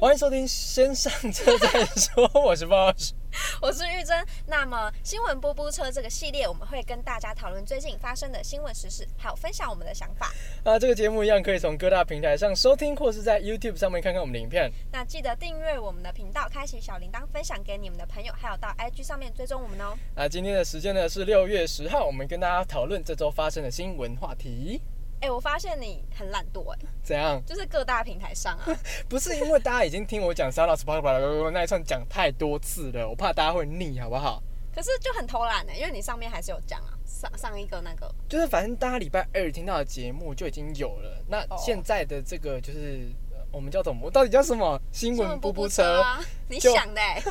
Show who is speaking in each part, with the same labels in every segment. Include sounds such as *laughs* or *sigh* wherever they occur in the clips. Speaker 1: 欢迎收听《先上车再说》，我是 Boss。
Speaker 2: 我是玉珍。那么新闻波波车这个系列，我们会跟大家讨论最近发生的新闻时事，还有分享我们的想法。
Speaker 1: 那这个节目一样可以从各大平台上收听，或是在 YouTube 上面看看我们的影片。
Speaker 2: 那记得订阅我们的频道，开启小铃铛，分享给你们的朋友，还有到 IG 上面追踪我们哦。
Speaker 1: 那啊今天的时间呢是六月十号，我们跟大家讨论这周发生的新闻话题。
Speaker 2: 哎、我发现你很懒惰、哎，
Speaker 1: 怎样？
Speaker 2: 就是各大平台上啊，
Speaker 1: 不是因为大家已经听我讲 s a l a s p a r a 那一串讲太多次了，我怕大家会腻，好不好？
Speaker 2: 可是就很偷懒呢、哎因为你上面还是有讲啊，上上一个那个，
Speaker 1: 就是反正大家礼拜二听到的节目就已经有了。那
Speaker 2: 哦
Speaker 1: 现在的这个就是、呃我们叫什么？我到底叫什么？新闻
Speaker 2: 波
Speaker 1: 布
Speaker 2: 波
Speaker 1: 布车。
Speaker 2: 啊，你
Speaker 1: 就
Speaker 2: 想的、哎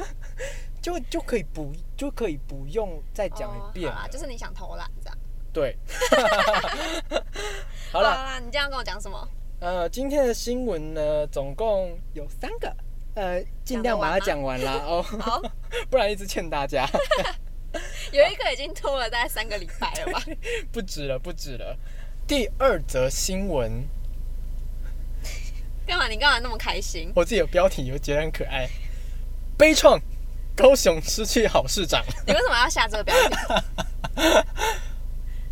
Speaker 1: 就就可以不就可以不用再讲一遍
Speaker 2: 哦
Speaker 1: 了、
Speaker 2: 好啦，就是你想偷懒这样。 *laughs*
Speaker 1: 对，好了，
Speaker 2: 啦，你这样跟我讲什么？
Speaker 1: 呃，今天的新闻呢，总共有三个，呃，尽量把它讲完啦哦，
Speaker 2: 好，
Speaker 1: *laughs* 不然一直欠大家，
Speaker 2: 有一个已经拖了大概三个礼拜
Speaker 1: *laughs*
Speaker 2: 了吧？
Speaker 1: 不止了，不止了。第二则新闻，
Speaker 2: 干嘛？你干嘛那么开心？
Speaker 1: 我自己有标题，我觉得很可爱，悲怆，高雄失去好市长，
Speaker 2: *laughs* 你为什么要下这个标题？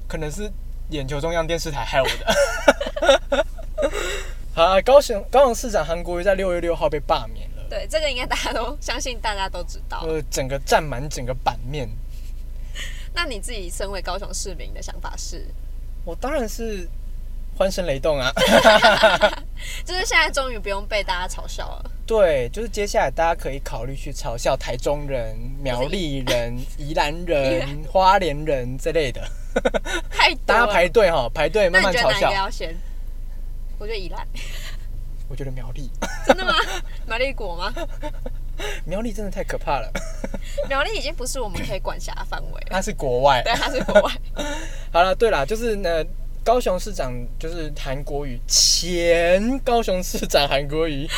Speaker 1: 可能是眼球中央电视台害我的。 *laughs* 好啊，高雄高雄市长韩国瑜在六月六号被罢免了。
Speaker 2: 对，这个应该大家都相信，大家都知道。
Speaker 1: 呃，整个占满整个版面。
Speaker 2: 那你自己身为高雄市民的想法是，
Speaker 1: 我当然是欢声雷动
Speaker 2: *laughs*
Speaker 1: 啊！
Speaker 2: 就是现在终于不用被大家嘲笑了。
Speaker 1: 对，就是接下来大家可以考虑去嘲笑台中人、苗栗人、宜兰人、花莲人这类的，
Speaker 2: 太多
Speaker 1: 大
Speaker 2: 了
Speaker 1: 家排队哈，排队慢
Speaker 2: 那你
Speaker 1: 慢
Speaker 2: 觉得
Speaker 1: 嘲
Speaker 2: 哪一个
Speaker 1: 笑。
Speaker 2: 要先？我觉得宜兰，
Speaker 1: 我觉得苗栗，
Speaker 2: 真的吗？苗栗国吗？
Speaker 1: 苗栗真的太可怕了，
Speaker 2: 苗栗已经不是我们可以管辖的范围了，
Speaker 1: 它是国外。
Speaker 2: 对，它是国外。
Speaker 1: 好了，对啦，就是呢，高雄市长就是韩国瑜，前高雄市长韩国瑜，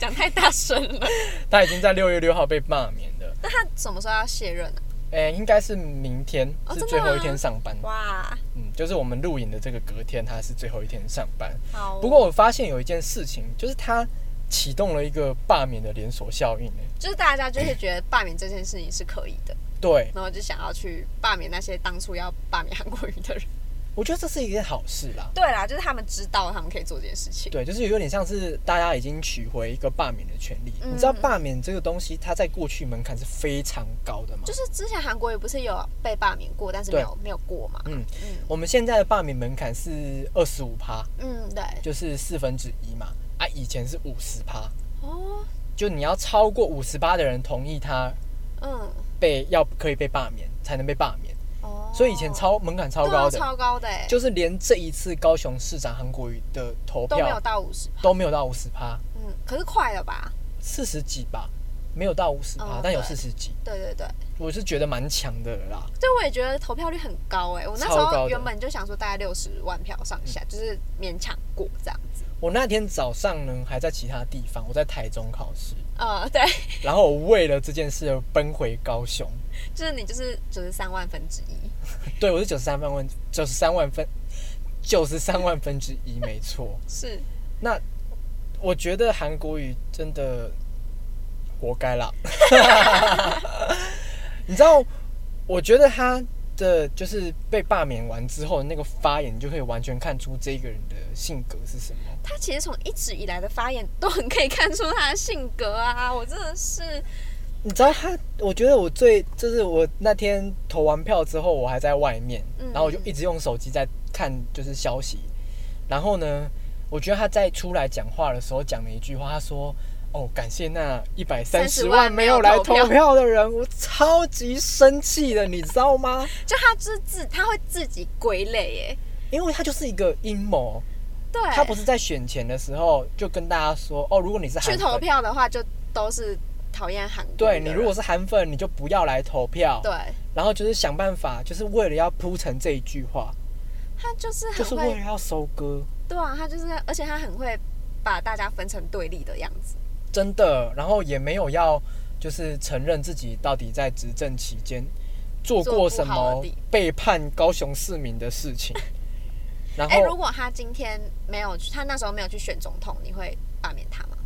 Speaker 2: 讲太大声了。
Speaker 1: 他已经在六月六号被罢免了。 *laughs*
Speaker 2: 那他什么时候要卸任啊呢、
Speaker 1: 哎、应该是明天
Speaker 2: 哦
Speaker 1: 是
Speaker 2: 真的
Speaker 1: 最后一
Speaker 2: 吗
Speaker 1: 天上班。
Speaker 2: 哇，
Speaker 1: 嗯，就是我们录影的这个隔天，他是最后一天上班。
Speaker 2: 好哦。
Speaker 1: 不过我发现有一件事情，就是他启动了一个罢免的连锁效应。哎，
Speaker 2: 就是大家就是觉得罢免这件事情是可以的，
Speaker 1: 对，
Speaker 2: 然后就想要去罢免那些当初要罢免韩国瑜的人。
Speaker 1: 我觉得这是一件好事啦。
Speaker 2: 对啦，就是他们知道他们可以做这件事情。
Speaker 1: 对，就是有点像是大家已经取回一个罢免的权利。
Speaker 2: 嗯
Speaker 1: 你知道罢免这个东西，它在过去门槛是非常高的嘛
Speaker 2: 就？是之前韩国瑜不是有被罢免过，但是没有没有过嘛？
Speaker 1: 嗯
Speaker 2: 嗯
Speaker 1: 我们现在的罢免门槛是二十五趴，
Speaker 2: 嗯，对。
Speaker 1: 就是四分之一嘛。啊，以前是五十趴，
Speaker 2: 哦，
Speaker 1: 就你要超过五十趴的人同意他
Speaker 2: 嗯，
Speaker 1: 被要可以被罢免，才能被罢免。
Speaker 2: 哦，
Speaker 1: 所以以前超门槛超
Speaker 2: 对啊
Speaker 1: 高的，
Speaker 2: 超高的欸，
Speaker 1: 就是连这一次高雄市长韩国瑜的投
Speaker 2: 都没有
Speaker 1: 票
Speaker 2: 到五十。
Speaker 1: 都没有到五十趴，
Speaker 2: 嗯，可是快了吧？
Speaker 1: 四十几吧，没有到五十趴
Speaker 2: 哦，
Speaker 1: 但有四
Speaker 2: 对
Speaker 1: 十几，
Speaker 2: 对对对，
Speaker 1: 我是觉得蛮强的了啦。
Speaker 2: 对我也觉得投票率很高哎，我那时
Speaker 1: 超高
Speaker 2: 候
Speaker 1: 的
Speaker 2: 原本就想说大概六十万票上下，就是勉强过这样子。
Speaker 1: 我那天早上呢还在其他地方，我在台中考试，
Speaker 2: 呃， *laughs* 对，
Speaker 1: 然后我为了这件事而奔回高雄，
Speaker 2: 就是你就是九十三万分之一，
Speaker 1: 对我是九十三万分九十三万分九十三万分之一，没错。
Speaker 2: 是
Speaker 1: 那我觉得韩国瑜真的活该啦。 *laughs* 你知道，我觉得他的就是被罢免完之后那个发言，你就可以完全看出这个人的性格是什么。
Speaker 2: 他其实从一直以来的发言都很可以看出他的性格啊，我真的是，
Speaker 1: 你知道他，我觉得我最就是我那天投完票之后，我还在外面，
Speaker 2: 嗯
Speaker 1: 然后我就一直用手机在看就是消息，然后呢，我觉得他在出来讲话的时候讲了一句话，他说：“哦，感谢那一百三十
Speaker 2: 30
Speaker 1: 万
Speaker 2: 万
Speaker 1: 没
Speaker 2: 没
Speaker 1: 有
Speaker 2: 有
Speaker 1: 来
Speaker 2: 投
Speaker 1: 投
Speaker 2: 票
Speaker 1: 票的人，我超级生气的，你知道吗？ *laughs*
Speaker 2: 就他就是自他会自己归类欸耶，
Speaker 1: 因为他就是一个阴谋，
Speaker 2: 对，
Speaker 1: 他不是在选前的时候就跟大家说，哦，如果你是韩
Speaker 2: 去
Speaker 1: 粉
Speaker 2: 投，票的话，就都是讨厌韩国的
Speaker 1: 对
Speaker 2: 人。
Speaker 1: 你如果是韩粉，你就不要来投票，
Speaker 2: 对
Speaker 1: 然后就是想办法，就是为了要铺成这一句话。”
Speaker 2: 他就是
Speaker 1: 就
Speaker 2: 很
Speaker 1: 是啊
Speaker 2: 会，
Speaker 1: 为了要收割，
Speaker 2: 对啊，他就是，而且他很会把大家分成对立的样子。
Speaker 1: 真的。然后也没有要就是承认自己到底在执政期间做过什
Speaker 2: 做不好
Speaker 1: 么
Speaker 2: 的地
Speaker 1: 背叛高雄市民的事
Speaker 2: *laughs*
Speaker 1: 情。然
Speaker 2: 哎、如
Speaker 1: 后
Speaker 2: 果他今天没有去，他那时候没有去选总统，你会罢免他吗？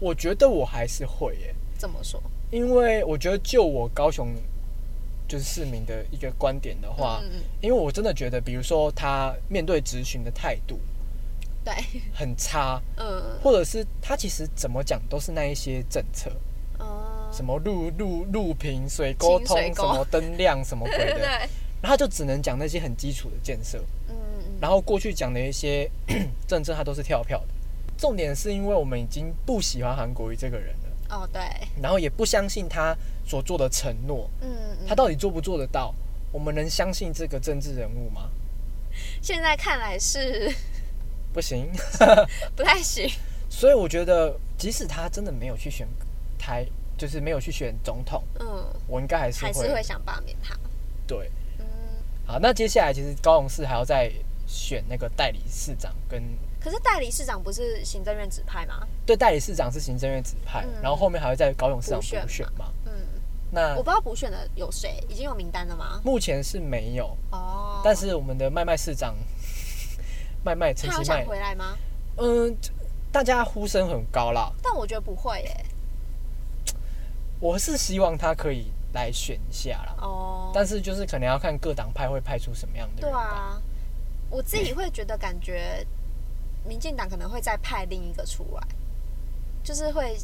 Speaker 1: 我觉得我还是会耶，
Speaker 2: 怎么说？
Speaker 1: 因为我觉得就我高雄就是市民的一个观点的话，
Speaker 2: 嗯，嗯
Speaker 1: 因为我真的觉得，比如说他面对执询的态度
Speaker 2: 对，
Speaker 1: 很差，
Speaker 2: 嗯，
Speaker 1: 或者是他其实怎么讲都是那一些政策，
Speaker 2: *laughs* 哦，
Speaker 1: 什么路路路平水沟
Speaker 2: 清
Speaker 1: 通
Speaker 2: 水，
Speaker 1: 什
Speaker 2: 沟
Speaker 1: 么灯亮什么鬼的，
Speaker 2: *laughs* 对，
Speaker 1: 然后他就只能讲那些很基础的建设，
Speaker 2: 嗯，
Speaker 1: 然后过去讲的一些 *coughs* 政策他都是跳票的。重点是因为我们已经不喜欢韩国瑜这个人了，
Speaker 2: 哦，对，
Speaker 1: 然后也不相信他所做的承诺，
Speaker 2: 嗯，嗯
Speaker 1: 他到底做不做得到？我们能相信这个政治人物吗？
Speaker 2: 现在看来是 *laughs*
Speaker 1: 不行。 *laughs*
Speaker 2: 不太行，
Speaker 1: 所以我觉得，即使他真的没有去选台，就是没有去选总统，
Speaker 2: 嗯，
Speaker 1: 我应该还是
Speaker 2: 还
Speaker 1: 会
Speaker 2: 是会想罢免他，
Speaker 1: 对。
Speaker 2: 嗯，
Speaker 1: 好，那接下来其实高雄市还要再选那个代理市长跟
Speaker 2: 可是代理市长不是行政院指派吗？
Speaker 1: 对代理市长是行政院指派，
Speaker 2: 嗯
Speaker 1: 然后后面还会在高雄市长
Speaker 2: 补选
Speaker 1: 补选嘛？
Speaker 2: 嗯，
Speaker 1: 那
Speaker 2: 我不知道补选的有谁，已经有名单了吗？
Speaker 1: 目前是没有，
Speaker 2: 哦，
Speaker 1: 但是我们的麦麦市长，麦麦陈
Speaker 2: 他有
Speaker 1: 其
Speaker 2: 想
Speaker 1: 麦，
Speaker 2: 回来吗？
Speaker 1: 嗯，大家呼声很高啦。
Speaker 2: 但我觉得不会耶，
Speaker 1: 我是希望他可以来选一下啦，
Speaker 2: 哦，
Speaker 1: 但是就是可能要看各党派会派出什么样的
Speaker 2: 对
Speaker 1: 人吧。
Speaker 2: 啊，我自己会觉得感觉，民进党可能会再派另一个出来，就是会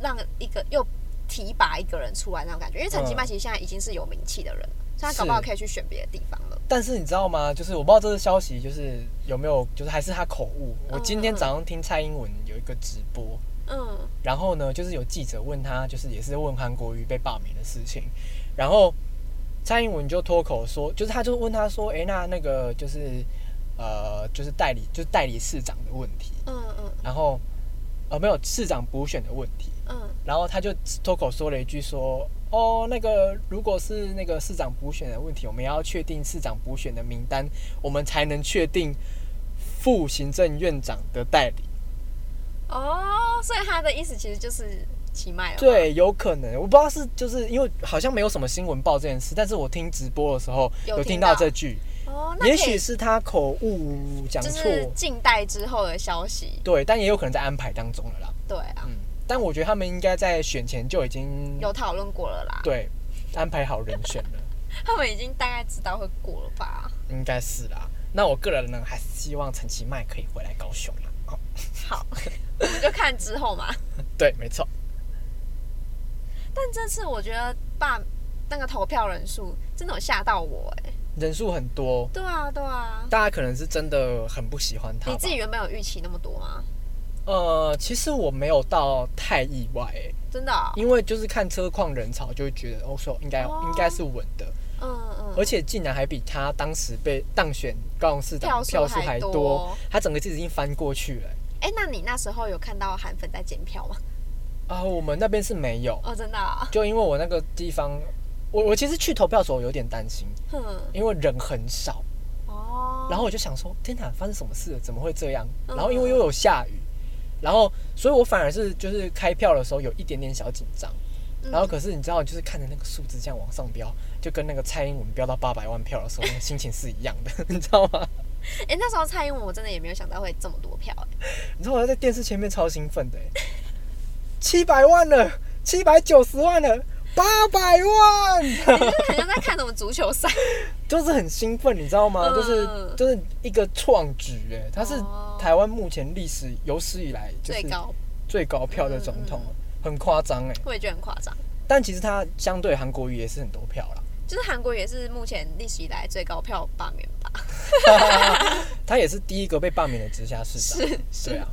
Speaker 2: 让一个又提拔一个人出来那种感觉。因为陈吉迈
Speaker 1: 嗯
Speaker 2: 其实现在已经是有名气的人了，所以他搞不好
Speaker 1: 是
Speaker 2: 可以去选别的地方了。
Speaker 1: 但是你知道吗？就是我不知道这个消息就是有没有，就是还是他口误。我今天早上听蔡英文有一个直播，
Speaker 2: 嗯，
Speaker 1: 然后呢，就是有记者问他，就是也是问韩国瑜被罢免的事情，然后蔡英文就脱口说，就是他就问他说，诶，那那个就是呃，就是代理就是代理市长的问题，
Speaker 2: 嗯嗯
Speaker 1: 然后呃没有市长补选的问题，
Speaker 2: 嗯，
Speaker 1: 然后他就脱口说了一句说：“哦，那个如果是那个市长补选的问题，我们要确定市长补选的名单，我们才能确定副行政院长的代理。
Speaker 2: 哦，所以他的意思其实就是奇迈了。，
Speaker 1: 对，有可能，我不知道是就是因为好像没有什么新闻报这件事，但是我听直播的时候
Speaker 2: 有
Speaker 1: 有
Speaker 2: 听
Speaker 1: 听
Speaker 2: 到
Speaker 1: 到这句，
Speaker 2: 哦，那
Speaker 1: 也
Speaker 2: 可以
Speaker 1: 许是他口误讲
Speaker 2: 就
Speaker 1: 错，
Speaker 2: 是近代之后的消息。
Speaker 1: 对，但也有可能在安排当中了啦。
Speaker 2: 对啊，
Speaker 1: 嗯，但我觉得他们应该在选前就已经
Speaker 2: 有讨论过了啦，
Speaker 1: 对安排好人选了。”
Speaker 2: 他们已经大概知道会过了吧。
Speaker 1: 应该是啦。那我个人呢，还是希望陈其迈可以回来高雄啦。哦，
Speaker 2: 好， *laughs* 我们就看之后嘛。
Speaker 1: 对，没错，
Speaker 2: 但这次我觉得罢那个投票人数真的有吓到我哎、
Speaker 1: 人数很多，
Speaker 2: 对啊，对啊。
Speaker 1: 大家可能是真的很不喜欢他吧。
Speaker 2: 你自己原本有预期那么多吗？
Speaker 1: 呃，其实我没有到太意外、欸，
Speaker 2: 真的哦、
Speaker 1: 因为就是看车况人潮就会觉得，哦，说应该、
Speaker 2: 哦
Speaker 1: 应该是稳的，
Speaker 2: 嗯
Speaker 1: 而
Speaker 2: 嗯。
Speaker 1: 且竟然还比他当时被当选高雄市长的
Speaker 2: 票
Speaker 1: 票
Speaker 2: 数
Speaker 1: 数
Speaker 2: 还
Speaker 1: 还
Speaker 2: 多
Speaker 1: 多，他整个字已经翻过去了欸、
Speaker 2: 哎、那你那时候有看到韩粉在检票吗？ *laughs*
Speaker 1: 啊、我们那边是没有，
Speaker 2: 哦，真的哦、
Speaker 1: 就因为我那个地方，我我其实去投票的时候有点担心，
Speaker 2: 哼。
Speaker 1: 因为人很少。
Speaker 2: 哦。
Speaker 1: 然后我就想说，天哪，发生什么事了？怎么会这样？
Speaker 2: 嗯
Speaker 1: 然后因为又有下雨，然后所以我反而是就是开票的时候有一点点小紧张。
Speaker 2: 嗯
Speaker 1: 然后可是你知道，就是看着那个数字这样往上飙，就跟那个蔡英文飙到八百万票的时候，那个心情是一样的， *laughs* 你知道吗？
Speaker 2: 哎、那时候蔡英文我真的也没有想到会这么多票、哎，
Speaker 1: 你知道我在电视前面超兴奋的、欸，七百万了，七百九十万了，八百万， *laughs*
Speaker 2: 很像在看什么足球赛。
Speaker 1: 就是很兴奋，你知道吗？
Speaker 2: 嗯
Speaker 1: 就是就是一个创举、欸，它是
Speaker 2: 哦
Speaker 1: 台湾目前历史有史以来 *laughs* 就是
Speaker 2: 最高，
Speaker 1: 最高票的总统，
Speaker 2: 嗯
Speaker 1: 很夸张哎。
Speaker 2: 我也觉得很夸张。
Speaker 1: 但其实他相对韩国瑜也是很多票
Speaker 2: *laughs*
Speaker 1: 啦，
Speaker 2: 就是韩国也是目前历史以来最高票罢免吧？
Speaker 1: 他也是第一个被罢免的直辖市长。
Speaker 2: 是是
Speaker 1: 对啊。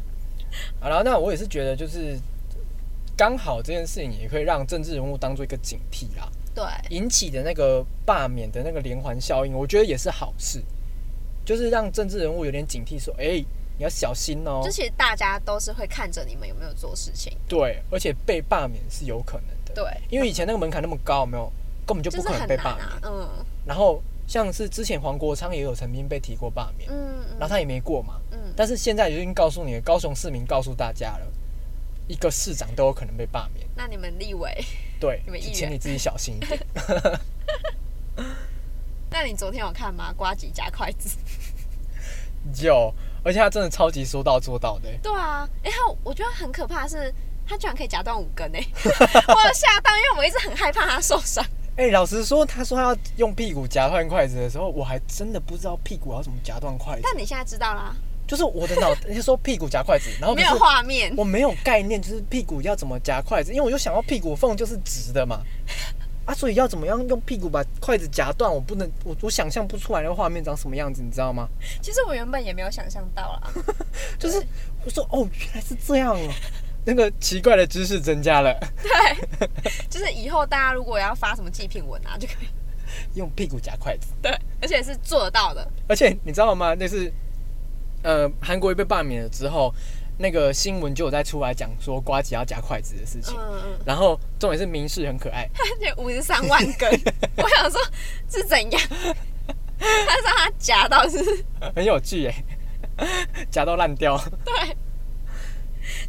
Speaker 1: 好了，那我也是觉得就是刚好这件事情也可以让政治人物当做一个警惕啦，
Speaker 2: 对，
Speaker 1: 引起的那个罢免的那个连环效应，我觉得也是好事，就是让政治人物有点警惕，说，哎、你要小心哦、
Speaker 2: 就其实大家都是会看着你们有没有做事情。
Speaker 1: 对，而且被罢免是有可能的。
Speaker 2: 对，
Speaker 1: 因为以前那个门槛那么高，有没有根本就
Speaker 2: 就
Speaker 1: 不
Speaker 2: 是
Speaker 1: 可能
Speaker 2: 很
Speaker 1: 被
Speaker 2: 难
Speaker 1: 罢免。
Speaker 2: 啊。嗯
Speaker 1: 然后像是之前黄国昌也有曾经被提过罢免，
Speaker 2: 嗯嗯
Speaker 1: 然后他也没过嘛。
Speaker 2: 嗯，
Speaker 1: 但是现在已经告诉你了，高雄市民告诉大家了，一个市长都有可能被罢免。
Speaker 2: 那你们立委， *laughs*
Speaker 1: 对
Speaker 2: 你们，议
Speaker 1: 就
Speaker 2: 员
Speaker 1: 请你自己小心一点。 *laughs*
Speaker 2: 那你昨天有看吗？瓜吉加筷子，
Speaker 1: 有，而且他真的超级说到做到的欸、
Speaker 2: 对啊，然后我觉得很可怕的是，他居然可以夹断五根诶、 *laughs* 我有吓到，因为我一直很害怕他受
Speaker 1: *laughs*
Speaker 2: 伤。
Speaker 1: 哎、老实说，他说他要用屁股夹断筷子的时候，我还真的不知道屁股要怎么夹断筷子。
Speaker 2: 但你现在知道啦，
Speaker 1: 就是我的
Speaker 2: *laughs*
Speaker 1: 脑，人家说屁股夹筷子，然哦后可
Speaker 2: 没
Speaker 1: 是
Speaker 2: 有画面，
Speaker 1: 我没有概念，就是屁股要怎么夹筷子，因为我就想要屁股缝就是直的嘛，啊，所以要怎么样用屁股把筷子夹断，我不能，我我想象不出来那个画面长什么样子，你知道吗？
Speaker 2: 其实我原本也没有想象
Speaker 1: *laughs*
Speaker 2: 到啦。
Speaker 1: 就是我说哦，原来是这样哦，那个奇怪的知识增加了， *laughs*
Speaker 2: 就是以后大家如果要发什么祭品文啊，就可以
Speaker 1: 用屁股夹筷子，
Speaker 2: 对，而且是做得到的。
Speaker 1: 而且你知道吗？就是呃，韩国瑜被罢免了之后，那个新闻就有在出来讲说瓜吉要夹筷子的事情
Speaker 2: 嗯，嗯，
Speaker 1: 然后重点是民事很可爱，
Speaker 2: 而且五十三万
Speaker 1: *laughs*
Speaker 2: 根，我想说是怎样？他让他夹到是，
Speaker 1: 很有趣耶， *laughs* 夹到烂掉。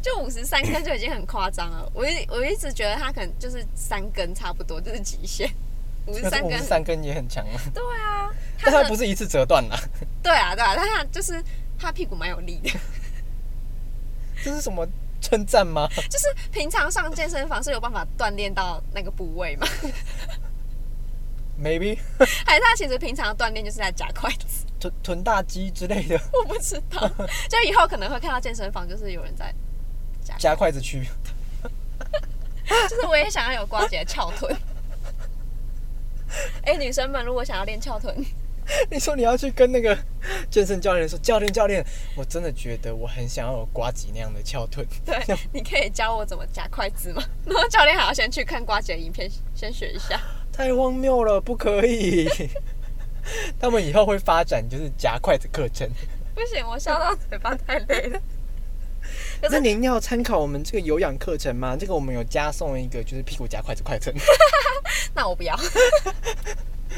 Speaker 2: 就五十三根就已经很夸张了。我一我一直觉得他可能就是三根差不多，就是极限。五十
Speaker 1: 可是
Speaker 2: 三
Speaker 1: 五
Speaker 2: 根
Speaker 1: 十，三根也很强啊，
Speaker 2: 对啊，
Speaker 1: 但
Speaker 2: 的
Speaker 1: 它不是一次折断啦。
Speaker 2: 对啊，对啊，但他就是他屁股蛮有力
Speaker 1: *laughs*
Speaker 2: 的，
Speaker 1: 这是什么称赞吗？
Speaker 2: 就是平常上健身房是有办法锻炼到那个部位嘛？
Speaker 1: ？maybe
Speaker 2: *laughs* 还是他其实平常的锻炼就是在夹筷子？
Speaker 1: 臀臀大肌之类的，
Speaker 2: 我不知道，就以后可能会看到健身房就是有人在夹，
Speaker 1: 夹筷子区。
Speaker 2: *laughs* 就是我也想要有瓜姐的翘 *laughs* 臀。哎、女生们如果想要练翘臀，
Speaker 1: *laughs* 你说你要去跟那个健身教练说，教练教练，我真的觉得我很想要有瓜吉那样的翘臀。
Speaker 2: 对，你可以教我怎么夹筷子吗？然后教练还要先去看瓜姐的影片，先学一下。
Speaker 1: 太荒谬了，不可以。 *laughs* 他们以后会发展就是夹筷子课
Speaker 2: *laughs*
Speaker 1: 程。
Speaker 2: 不行，我笑到嘴巴太累了。可
Speaker 1: 那
Speaker 2: 是
Speaker 1: 您要参考我们这个有氧课程吗？这个我们有加送一个就是屁股夹筷子课程，
Speaker 2: *laughs* 那我不要。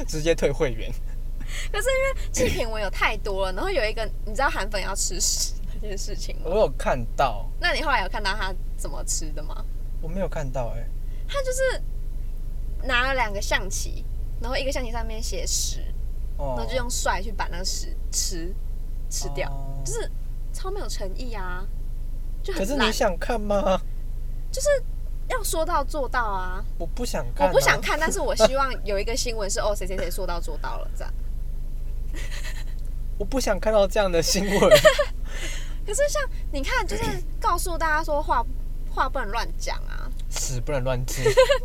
Speaker 1: 直接退会员。
Speaker 2: 可是因为祭品文有太多了，然后有一个你知道韩粉要吃屎那件事情吗？
Speaker 1: 我有看到，
Speaker 2: 那你后来有看到他怎么吃的吗？
Speaker 1: 我没有看到哎、
Speaker 2: 他就是拿了两个象棋，然后一个象棋上面写屎，
Speaker 1: 哦
Speaker 2: 然后就用帅去把那个屎吃吃掉，
Speaker 1: 哦
Speaker 2: 就是超没有诚意啊， *laughs* 就
Speaker 1: 可
Speaker 2: 很
Speaker 1: 是你
Speaker 2: 烂，
Speaker 1: 想看吗？
Speaker 2: 就是要说到做到啊。
Speaker 1: 我不想看、啊
Speaker 2: 我不想。看，但是我希望有一个新闻是哦，谁谁谁说到做到了这样。
Speaker 1: 我不想看到这样的新闻。 *laughs*
Speaker 2: 可是像你看，就是告诉大家说话 *clears throat* 话不能乱讲啊，
Speaker 1: 屎不能乱吃。 *laughs*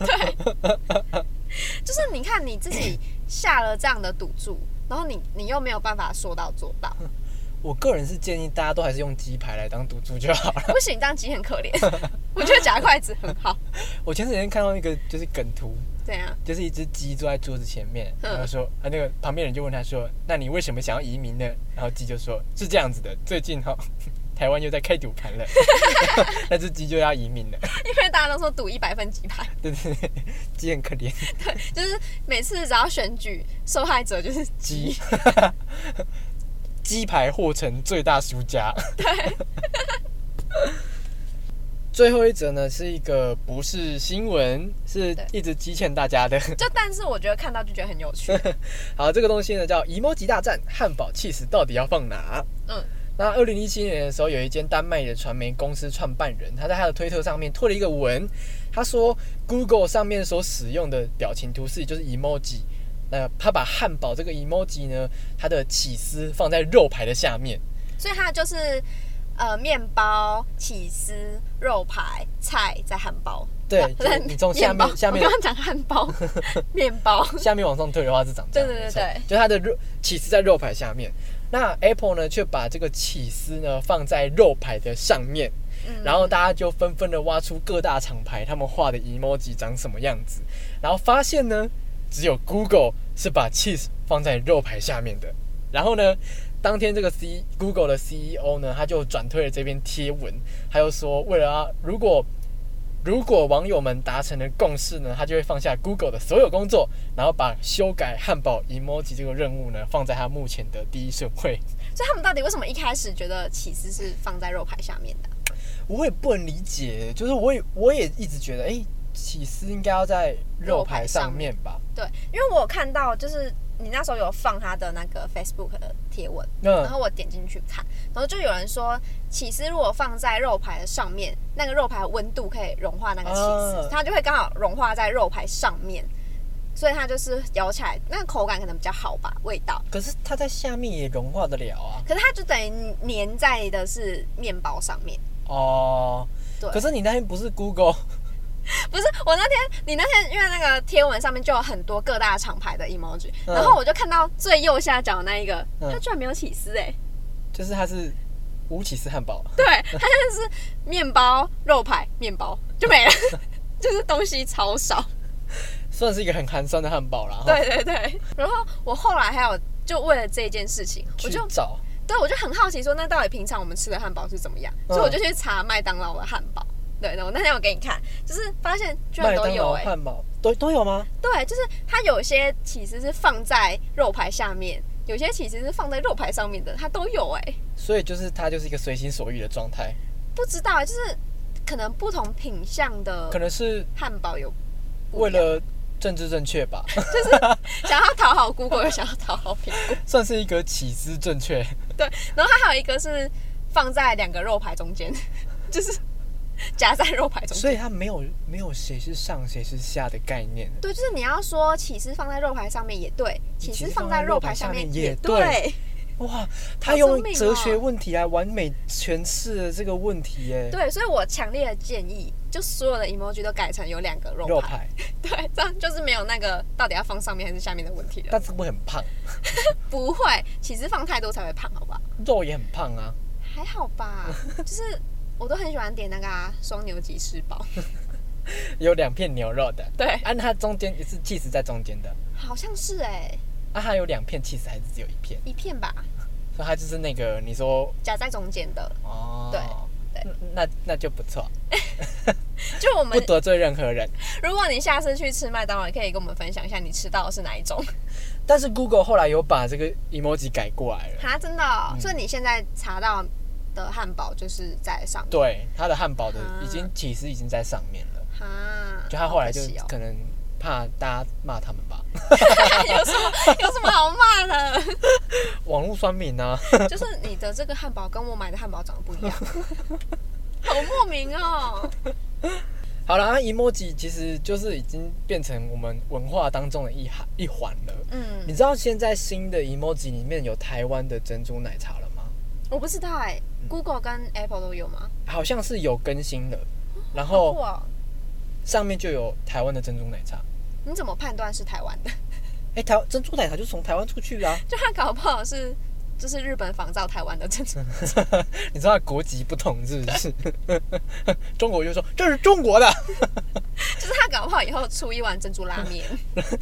Speaker 2: 就是你看你自己下了这样的赌注，然后你你又没有办法说到做到，
Speaker 1: 我个人是建议大家都还是用鸡排来当赌注就好了。 *laughs*
Speaker 2: 不行，这样鸡很可怜。 *laughs* 我觉得夹筷子很好，
Speaker 1: 我前几天看到一个就是梗图，
Speaker 2: 怎样？
Speaker 1: 就是一只鸡坐在桌子前面，
Speaker 2: 嗯
Speaker 1: 然后说，啊，那个旁边人就问他说，那你为什么想要移民呢？然后鸡就说，是这样子的，最近哈、 *laughs* 台湾又在开赌盘了， *laughs* 那只鸡就要移民了。 *laughs*
Speaker 2: 因为大家都说赌一百分几百，
Speaker 1: 对对对，鸡很可怜。
Speaker 2: *laughs* 就是每次只要选举，受害者就是
Speaker 1: 鸡 *laughs*
Speaker 2: 鸡。，
Speaker 1: 鸡排或成最大输家。最后一则呢，是一个不是新闻，是
Speaker 2: 对
Speaker 1: 一直积欠大家的。 *laughs*
Speaker 2: 就但是我觉得看到就觉得很有趣。
Speaker 1: 好，这个东西呢叫 emoji 大战，汉堡 cheese 到底要放哪？
Speaker 2: 嗯，
Speaker 1: 那二零一七年的时候，有一间丹麦的传媒公司创办人，他在他的推特上面推了一个文，他说 Google 上面所使用的表情图示就是 emoji，那他把汉堡这个 emoji 呢，它的起司放在肉排的下面，
Speaker 2: 所以它就是呃，面包、起司、肉排、菜再汉堡。
Speaker 1: 对
Speaker 2: 啊
Speaker 1: 就是你从下面
Speaker 2: 面包
Speaker 1: 下面
Speaker 2: 我刚刚讲汉
Speaker 1: *laughs*
Speaker 2: 堡、面包，
Speaker 1: 下面往上推的话是长这样，
Speaker 2: 对对对
Speaker 1: 没错
Speaker 2: 对
Speaker 1: 就它的肉起司在肉排下面。那 Apple 呢，却把这个起司呢放在肉排的上面，
Speaker 2: 嗯
Speaker 1: 然后大家就纷纷的挖出各大厂牌他们画的 emoji 长什么样子，然后发现呢，只有 Google 是把 cheese 放在肉排下面的。然后呢，当天这个 C Google 的 CEO 呢，他就转推了这篇贴文，他就说，为了啊，如果如果网友们达成了共识呢，他就会放下 Google 的所有工作，然后把修改汉堡 emoji 这个任务呢，放在他目前的第一顺位。
Speaker 2: 所以他们到底为什么一开始觉得起司是放在肉排下面的？
Speaker 1: 我也不能理解，就是我也我也一直觉得，哎、起司应该要在肉排上面吧？
Speaker 2: 对，因为我有看到就是你那时候有放他的那个 Facebook 的贴文，然
Speaker 1: 那
Speaker 2: 后我点进去看，然后就有人说，起司如果放在肉排的上面，那个肉排的温度可以融化那个起司，
Speaker 1: 啊
Speaker 2: 它就会刚好融化在肉排上面，所以它就是咬起来那个口感可能比较好吧，味道。
Speaker 1: 可是它在下面也融化得了啊。
Speaker 2: 可是它就等于粘在的是面包上面。
Speaker 1: 哦，
Speaker 2: 对
Speaker 1: 可是你那天不是 Google
Speaker 2: 不是我那天，你那天因为那个贴文上面就有很多各大厂牌的 emoji，、
Speaker 1: 嗯
Speaker 2: 然后我就看到最右下角那一个，
Speaker 1: 嗯
Speaker 2: 它居然没有起司哎、
Speaker 1: 就是它是无起司汉堡，
Speaker 2: *laughs* 对，它就是面包、肉排、面包就没了， *laughs* 就是东西超少。
Speaker 1: 哦算是一个很寒酸的汉堡啦。哈，
Speaker 2: 对对对。然后我后来还有就为了这件事情，我
Speaker 1: 去
Speaker 2: 就
Speaker 1: 找
Speaker 2: 对我就很好奇说，那到底平常我们吃的汉堡是怎么样？
Speaker 1: 嗯
Speaker 2: 所以我就去查麦当劳的汉堡。对，我那天有给你看，就是发现居然
Speaker 1: 麦
Speaker 2: 都
Speaker 1: 当
Speaker 2: 有
Speaker 1: 劳
Speaker 2: 哎、
Speaker 1: 汉堡，都都有吗？
Speaker 2: 对，就是它有些其实是放在肉排下面，有些其实是放在肉排上面的，它都有哎、
Speaker 1: 所以就是它就是一个随心所欲的状态，
Speaker 2: 不知道、欸就是可能不同品相的
Speaker 1: 可能是
Speaker 2: 汉堡有不
Speaker 1: 为
Speaker 2: 一样
Speaker 1: 了政治正确吧， *laughs*
Speaker 2: *laughs* 想要讨好 Google 又想要讨好苹果，
Speaker 1: 算是一个起司正确。
Speaker 2: 对，然后它还有一个是放在两个肉排中间， *laughs* 就是夹在肉排中间。
Speaker 1: *laughs* 所以它没有没有谁是上谁是下的概念。
Speaker 2: 对，就是你要说起司放在肉排上面也对，起司放在肉排上面也
Speaker 1: 起司放在肉排
Speaker 2: 对，
Speaker 1: 哇，
Speaker 2: 好
Speaker 1: 他用
Speaker 2: 聪明哦
Speaker 1: 哲学问题来完美诠释了这个问题耶。
Speaker 2: 对，所以我强烈的建议，就所有的 emoji 都改成有两个
Speaker 1: 肉
Speaker 2: 肉排，
Speaker 1: 排，
Speaker 2: 对，这样就是没有那个到底要放上面还是下面的问题了。
Speaker 1: 但是会很胖，
Speaker 2: 不会，起司放太多才会胖，好不好？
Speaker 1: 肉也很胖啊。
Speaker 2: 还好
Speaker 1: *laughs*
Speaker 2: 吧，就是我都很喜欢点那个啊双、牛吉士堡，
Speaker 1: 有两片牛肉的，
Speaker 2: 对，
Speaker 1: 啊，它中间也是 cheese 在中间的，
Speaker 2: 好像是哎、
Speaker 1: 啊，它有两片 cheese 还是只有一片？
Speaker 2: 一片吧，
Speaker 1: 所以它就是那个你说
Speaker 2: 夹在中间的，
Speaker 1: 哦，
Speaker 2: 对
Speaker 1: 对，那那就不错，
Speaker 2: 就我
Speaker 1: 不
Speaker 2: 们，
Speaker 1: 得罪任何人。
Speaker 2: 如果你下次去吃麦当劳，也可以跟我们分享一下你吃到的是哪一种。
Speaker 1: 但是 Google 后来有把这个 emoji 改过来了，
Speaker 2: *laughs* 哈，真的哦、
Speaker 1: 嗯
Speaker 2: 所以你现在查到的汉堡就是在上面。
Speaker 1: 对，它的汉堡的
Speaker 2: 啊
Speaker 1: 已经起司已经在上面了，
Speaker 2: 哈，
Speaker 1: 就他后来就
Speaker 2: 好可惜哦
Speaker 1: 可能怕大家骂他们吧， *laughs*
Speaker 2: *laughs* 有什么有什么好骂的？
Speaker 1: 网络酸民啊。
Speaker 2: 就是你的这个汉堡跟我买的汉堡长得不 *laughs* 一样，好莫名哦。
Speaker 1: 好了，那 emoji 其实就是已经变成我们文化当中的一环一环了。
Speaker 2: 嗯
Speaker 1: 你，知道现在新的 emoji 里面有台湾的珍珠奶茶了吗？
Speaker 2: 我不知道哎、g
Speaker 1: 嗯
Speaker 2: o o g l e 跟 Apple 都有吗？
Speaker 1: 好像是有更新了，然
Speaker 2: 好酷
Speaker 1: 后
Speaker 2: 哦！
Speaker 1: 上面就有台湾的珍珠奶茶。
Speaker 2: 你怎么判断是台湾的？ *laughs*
Speaker 1: 哎、台珍珠奶茶就从台湾出去啊啦、
Speaker 2: 就他搞不好是就是日本仿造台湾的珍珠，
Speaker 1: *laughs* 你知道国籍不同是不是？ *laughs* 中国就说这是中国的，
Speaker 2: 就是他搞不好以后出一碗珍珠拉
Speaker 1: *laughs*
Speaker 2: 面，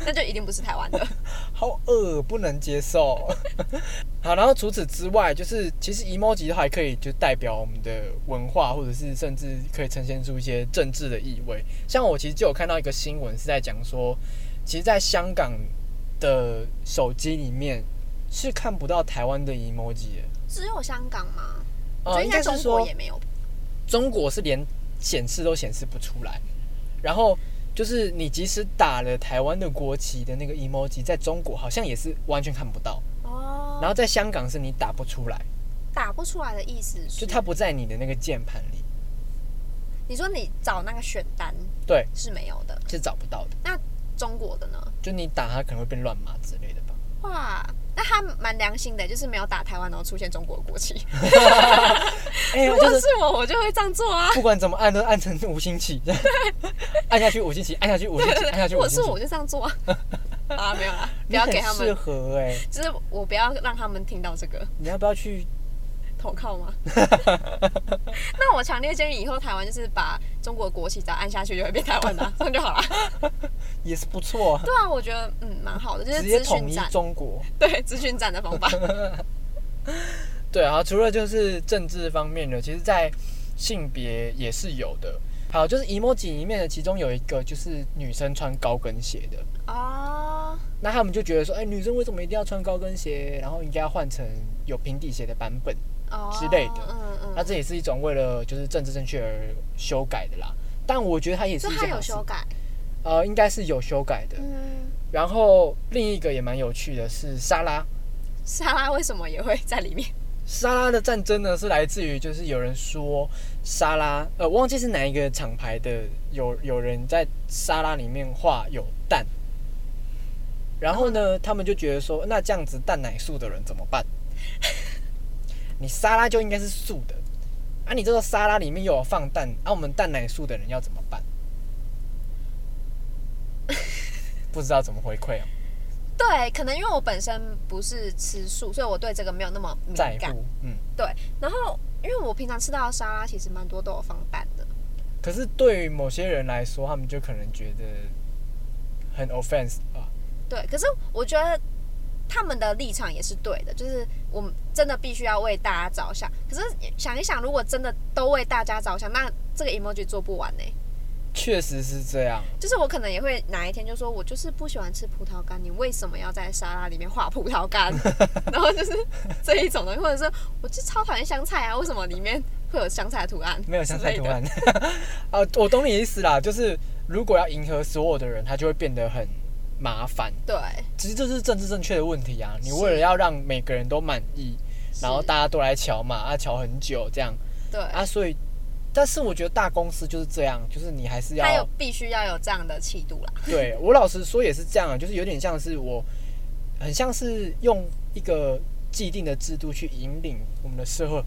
Speaker 2: 那就一定不是台湾的。
Speaker 1: 好恶，不能接受。 *laughs* 好，然后除此之外，就是其实 emoji 的话还可以就代表我们的文化，或者是甚至可以呈现出一些政治的意味。像我其实就有看到一个新闻是在讲说，其实，在香港的手机里面是看不到台湾的 emoji 的。
Speaker 2: 只有香港吗？我
Speaker 1: 呃，
Speaker 2: 觉得
Speaker 1: 应
Speaker 2: 应该
Speaker 1: 该是
Speaker 2: 中国
Speaker 1: 说
Speaker 2: 也没有。
Speaker 1: 中国是连显示都显示不出来，然后就是你即使打了台湾的国旗的那个 emoji，在中国好像也是完全看不到，
Speaker 2: 哦，
Speaker 1: 然后在香港是你打不出来，
Speaker 2: 打不出来的意思是，
Speaker 1: 就它不在你的那个键盘里，
Speaker 2: 你说你找那个选单
Speaker 1: 对，
Speaker 2: 是没有的，
Speaker 1: 是找不到的，
Speaker 2: 中国的呢？
Speaker 1: 就你打它可能会变乱码之类的
Speaker 2: *laughs*
Speaker 1: 吧。
Speaker 2: 哇，那他蛮良心的，就是没有打台湾，然后出现中国的国旗。
Speaker 1: *laughs* 哎、
Speaker 2: 如
Speaker 1: 就
Speaker 2: 果
Speaker 1: 是
Speaker 2: 是我，我就会这样做啊。
Speaker 1: 不管怎么按都按成五星旗，按下去五星旗，按下去五
Speaker 2: *laughs*
Speaker 1: 星旗，按下去
Speaker 2: 如
Speaker 1: 五
Speaker 2: 果是
Speaker 1: 星
Speaker 2: 我，我
Speaker 1: 旗。
Speaker 2: 就这样做啊。
Speaker 1: *laughs*
Speaker 2: 啊，没有啦，不
Speaker 1: 你
Speaker 2: 要
Speaker 1: 很
Speaker 2: 给他
Speaker 1: 适
Speaker 2: 们，
Speaker 1: 合哎、
Speaker 2: 就是我不要让他们听到这个
Speaker 1: 你要不要去？
Speaker 2: 投靠 *laughs* 吗？那我强烈建议以后台湾就是把中国国旗只要按下去就会变台湾 *laughs* 的啊、这样就好了。
Speaker 1: 也是不错，
Speaker 2: 对啊，我觉得嗯蛮好的，就是
Speaker 1: 直接
Speaker 2: 资
Speaker 1: 统
Speaker 2: 讯
Speaker 1: 一
Speaker 2: 站，
Speaker 1: 中国。
Speaker 2: 对资讯站的方 *laughs* 法。
Speaker 1: 对啊，除了就是政治方面的，其实在性别也是有的。好，就是 emoji 里面的，其中有一个就是女生穿高跟鞋的，
Speaker 2: 哦，
Speaker 1: 那他们就觉得说，哎、女生为什么一定要穿高跟鞋？然后应该要换成有平底鞋的版本。
Speaker 2: 哦
Speaker 1: 之类的
Speaker 2: 嗯嗯。
Speaker 1: 那这也是一种为了就是政治正确而修改的啦。但我觉得它也是
Speaker 2: 所
Speaker 1: 一
Speaker 2: 以
Speaker 1: 件
Speaker 2: 他有
Speaker 1: 好事
Speaker 2: 修改，
Speaker 1: 呃，应该是有修改的。
Speaker 2: 嗯，
Speaker 1: 然后另一个也蛮有趣的是沙拉，
Speaker 2: 沙拉为什么也会在里面？
Speaker 1: 沙拉的战争呢，是来自于就是有人说沙拉，呃，我忘记是哪一个厂牌的，有有人在沙拉里面画有蛋，然后呢，他们就觉得说，那这样子蛋奶素的人怎么办？ *laughs* 你沙拉就应该是素的，啊，你这个沙拉里面又有放蛋，啊，我们蛋奶素的人要怎么
Speaker 2: *laughs*
Speaker 1: 办？不知道怎么回馈啊，
Speaker 2: 对，可能因为我本身不是吃素，所以我对这个没有那么敏
Speaker 1: 在
Speaker 2: 感
Speaker 1: 乎。，嗯。
Speaker 2: 对，然后因为我平常吃到的沙拉其实蛮多都有放蛋的，
Speaker 1: 可是对于某些人来说，他们就可能觉得很 offense 啊，
Speaker 2: 对，可是我觉得他们的立场也是对的，就是我们真的必须要为大家着想。可是想一想，如果真的都为大家着想，那这个 emoji 做不完呢、
Speaker 1: 确实是这样。
Speaker 2: 就是我可能也会哪一天就说，我就是不喜欢吃葡萄干，你为什么要在沙拉里面画葡
Speaker 1: *laughs*
Speaker 2: 萄干？然后就是这一种的，或者是我就超讨厌香菜啊，为什么里面会有香菜的图案？
Speaker 1: 没有香菜图案。 *laughs* 啊，我懂你意思啦，就是如果要迎合所有的人，他就会变得很麻烦。
Speaker 2: 对，
Speaker 1: 其实这是政治正确的问题啊，你
Speaker 2: 是
Speaker 1: 为了要让每个人都满意，然后
Speaker 2: 是
Speaker 1: 大家都来瞧嘛，啊瞧很久这样
Speaker 2: 对，
Speaker 1: 啊，所以。但是我觉得大公司就是这样，就是你还是
Speaker 2: 他有
Speaker 1: 要
Speaker 2: 必须要有这样的气度啦。
Speaker 1: 对我老实说也是这样啊，就是有点像是我，很像是用一个既定的制度去引领我们的社会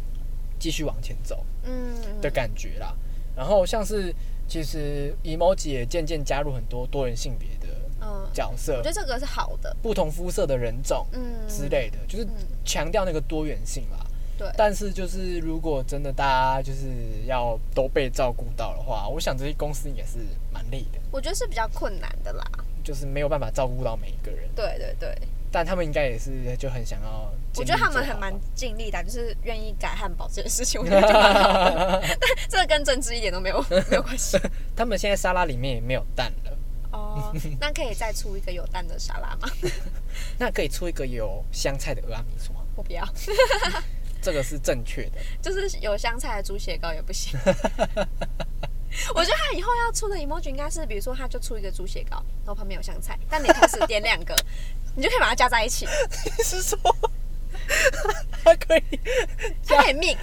Speaker 1: 继续往前走。
Speaker 2: 嗯，
Speaker 1: 的感觉啦。然后像是其实 emoji 也渐渐加入很多多元性别的
Speaker 2: 嗯，
Speaker 1: 角
Speaker 2: 我
Speaker 1: 色
Speaker 2: 觉，得这个是好的，
Speaker 1: 不同肤色的人种
Speaker 2: 嗯，
Speaker 1: 之，类的，就是
Speaker 2: 嗯
Speaker 1: 强调那个多元性啦。
Speaker 2: 对，
Speaker 1: 但是就是如果真的大家就是要都被照顾到的话，我想这些公司也是蛮累的，
Speaker 2: 我觉得是比较困难的啦。
Speaker 1: 就是没有办法照顾到每一个人。
Speaker 2: 对对对，
Speaker 1: 但他们应该也是就很想要
Speaker 2: 我
Speaker 1: 尽力
Speaker 2: 觉
Speaker 1: 做好吧，
Speaker 2: 得他们还蛮尽力的啊，就是愿意改汉堡这件
Speaker 1: *laughs*
Speaker 2: 事情，我觉得就蛮好的。这个跟政治一点都没有 *laughs* 没有
Speaker 1: *laughs*
Speaker 2: 关系。
Speaker 1: 他们现在沙拉里面也没有蛋了，
Speaker 2: 哦，那可以再出一个有蛋的沙拉吗？ *laughs*
Speaker 1: 那可以出一个有香菜的俄阿米索吗，
Speaker 2: 我不要，
Speaker 1: 这个是正确的。
Speaker 2: *laughs* 就是有香菜的猪血糕也不行。
Speaker 1: *laughs*
Speaker 2: 我觉得他以后要出的 emoji 应该是，比如说他就出一个猪血糕，然后旁边有香菜，但你同时点两个， *laughs* 你就可以把它加在
Speaker 1: *laughs*
Speaker 2: 一起，
Speaker 1: 是说还可以？
Speaker 2: 它可以 mix。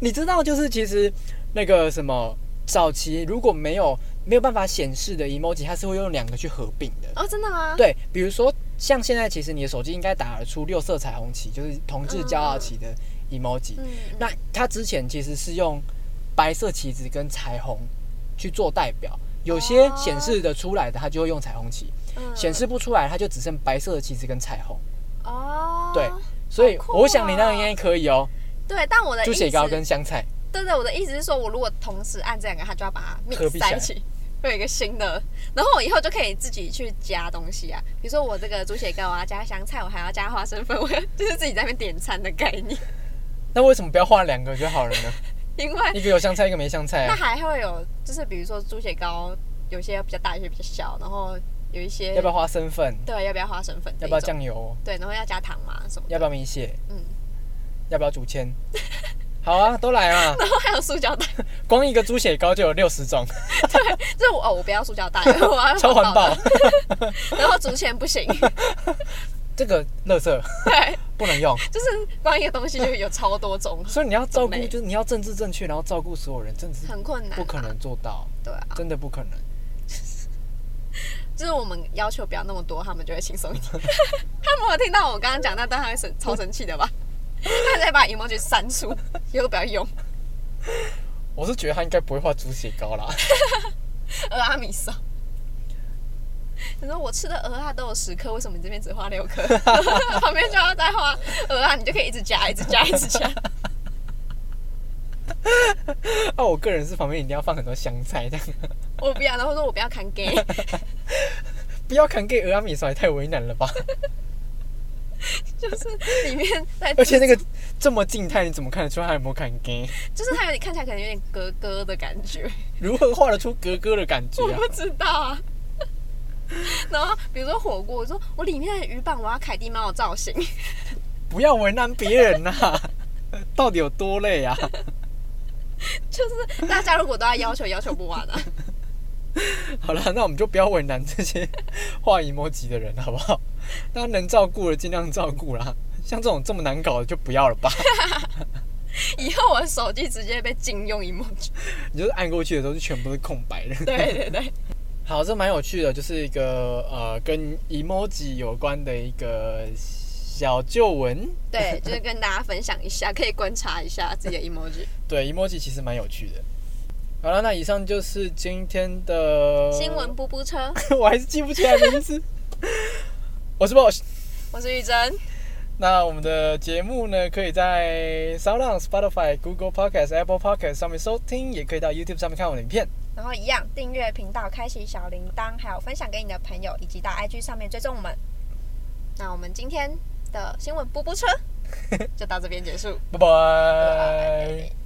Speaker 1: 你知道，就是其实那个什么，早期如果没有没有办法显示的 emoji，它是会用两个去合并的。
Speaker 2: 哦，真的吗？
Speaker 1: 对，比如说像现在，其实你的手机应该打得出六色彩虹旗，就是同志骄傲旗
Speaker 2: 啊
Speaker 1: 的 emoji。
Speaker 2: 嗯，嗯，
Speaker 1: 那它之前其实是用白色旗子跟彩虹去做代表，有些
Speaker 2: 哦
Speaker 1: 显示的出来的，它就会用彩虹旗；
Speaker 2: 嗯
Speaker 1: 显示不出来，它就只剩白色的旗子跟彩虹。
Speaker 2: 哦，
Speaker 1: 对，所以
Speaker 2: 好酷
Speaker 1: 我想你那个
Speaker 2: 哦
Speaker 1: 应该可以哦，
Speaker 2: 对，但我的
Speaker 1: 猪
Speaker 2: 意
Speaker 1: 血
Speaker 2: 思，
Speaker 1: 糕跟香菜。
Speaker 2: 对对，我的意思是说，我如果同时按这两个，它就要把它
Speaker 1: 合并起
Speaker 2: mix
Speaker 1: 来
Speaker 2: 在一起， *laughs* 会有一个新的。然后我以后就可以自己去加东西啊，比如说我这个猪血糕啊，加香菜，我还要加花生粉，我要就是自己在那边点餐的概念。
Speaker 1: 那为什么不要画两个就好了
Speaker 2: *laughs*
Speaker 1: 呢？
Speaker 2: 因为
Speaker 1: *laughs* 一个有香菜，一个没香菜
Speaker 2: 那
Speaker 1: 啊？
Speaker 2: 还会有，就是比如说猪血糕，有些比较大，有些比较小，然后有一些
Speaker 1: 要不要花生粉？
Speaker 2: 对要不要花生粉这
Speaker 1: 要
Speaker 2: 一种，
Speaker 1: 不要酱油？
Speaker 2: 对，然后要加糖嘛什么的， *laughs*
Speaker 1: 要不要米血？
Speaker 2: 嗯，
Speaker 1: 要不要竹
Speaker 2: *laughs*
Speaker 1: 签？好啊，都来啊！
Speaker 2: 然后还有塑胶袋，
Speaker 1: 光一个猪血糕就有六十种，
Speaker 2: 就是我哦，我不要塑
Speaker 1: *laughs*
Speaker 2: 胶袋，我要
Speaker 1: 超环保 *laughs*
Speaker 2: 的。。然后竹签不行， *laughs*
Speaker 1: 这个垃圾
Speaker 2: 对，
Speaker 1: 不能用，
Speaker 2: 就是光一个东西就有超多种，
Speaker 1: 所以你要照顾
Speaker 2: 种，类
Speaker 1: 就是你要政治正确，然后照顾所有人，真的是
Speaker 2: 很困难、啊
Speaker 1: 不可，能做到，
Speaker 2: 对啊，
Speaker 1: 真的不可能。
Speaker 2: 就是我们要求不要那么多，他们就会轻松一点。 *laughs* 他们有听到我刚刚讲那段，他会生超生气
Speaker 1: *laughs*
Speaker 2: 的吧？他再把 emoji 删除，以后都不要用。
Speaker 1: 我是觉得他应该不会画猪血糕啦。 *laughs*
Speaker 2: 俄阿米索，你说我吃的鹅啊都有十颗，为什么你这边只画六
Speaker 1: *laughs*
Speaker 2: 颗？旁边就要再画鹅啊，你就可以一直加，一直加，一
Speaker 1: *laughs*
Speaker 2: 直加。
Speaker 1: 啊，我个人是旁边一定要放很多香菜，这样
Speaker 2: 我不要，然后说我不要看 gay， *laughs*
Speaker 1: 不要砍给俄阿米索也太为难了吧？ *laughs*
Speaker 2: 就是里面在
Speaker 1: 而且那个这么静态，你怎么看得出他有没有砍给？ *laughs*
Speaker 2: 就是它有点看起来可能有点咯咯的感觉，
Speaker 1: 如何画得出格格的感觉
Speaker 2: *laughs* 我
Speaker 1: 啊？
Speaker 2: 不知道啊。然后比如说火锅，我说我里面的鱼板我要凯蒂猫的造型， *laughs*
Speaker 1: 不要为难别人呐、 *laughs* 到底有多累啊？ *laughs*
Speaker 2: *laughs* 就是大家如果都要要求，要求不完啊。
Speaker 1: 好了，那我们就不要为难这些 *laughs* 画 emoji 的人，好不好？大家能照顾的尽量照顾啦，像这种这么难搞的就不要了吧。
Speaker 2: 以后我的手机直接被禁用 emoji。 *laughs*
Speaker 1: 你就是按过去的时候就全部是空白的。
Speaker 2: 对对对，
Speaker 1: *laughs* 好，这蛮有趣的，就是一个呃跟 emoji 有关的一个小旧闻。
Speaker 2: 对，就是跟大家分享一下，可以观察一下自己的 emoji。
Speaker 1: 对，emoji 其实蛮有趣的。好了，那以上就是今天的
Speaker 2: 新闻。布布车，
Speaker 1: *laughs* 我还是记不起来名字。 *laughs* 我是 Boss。
Speaker 2: 我是玉珍，
Speaker 1: 那我们的节目呢，可以在 Sound On、Spotify、Google Podcast、Apple Podcast 上面收听，也可以到 YouTube 上面看我们的影片。
Speaker 2: 然后一样订阅频道，开启小铃铛，还有分享给你的朋友，以及到 IG 上面追踪我们。那我们 *laughs* 今天的新闻布布车就到这边结束，
Speaker 1: 拜
Speaker 2: 拜
Speaker 1: 拜
Speaker 2: 拜。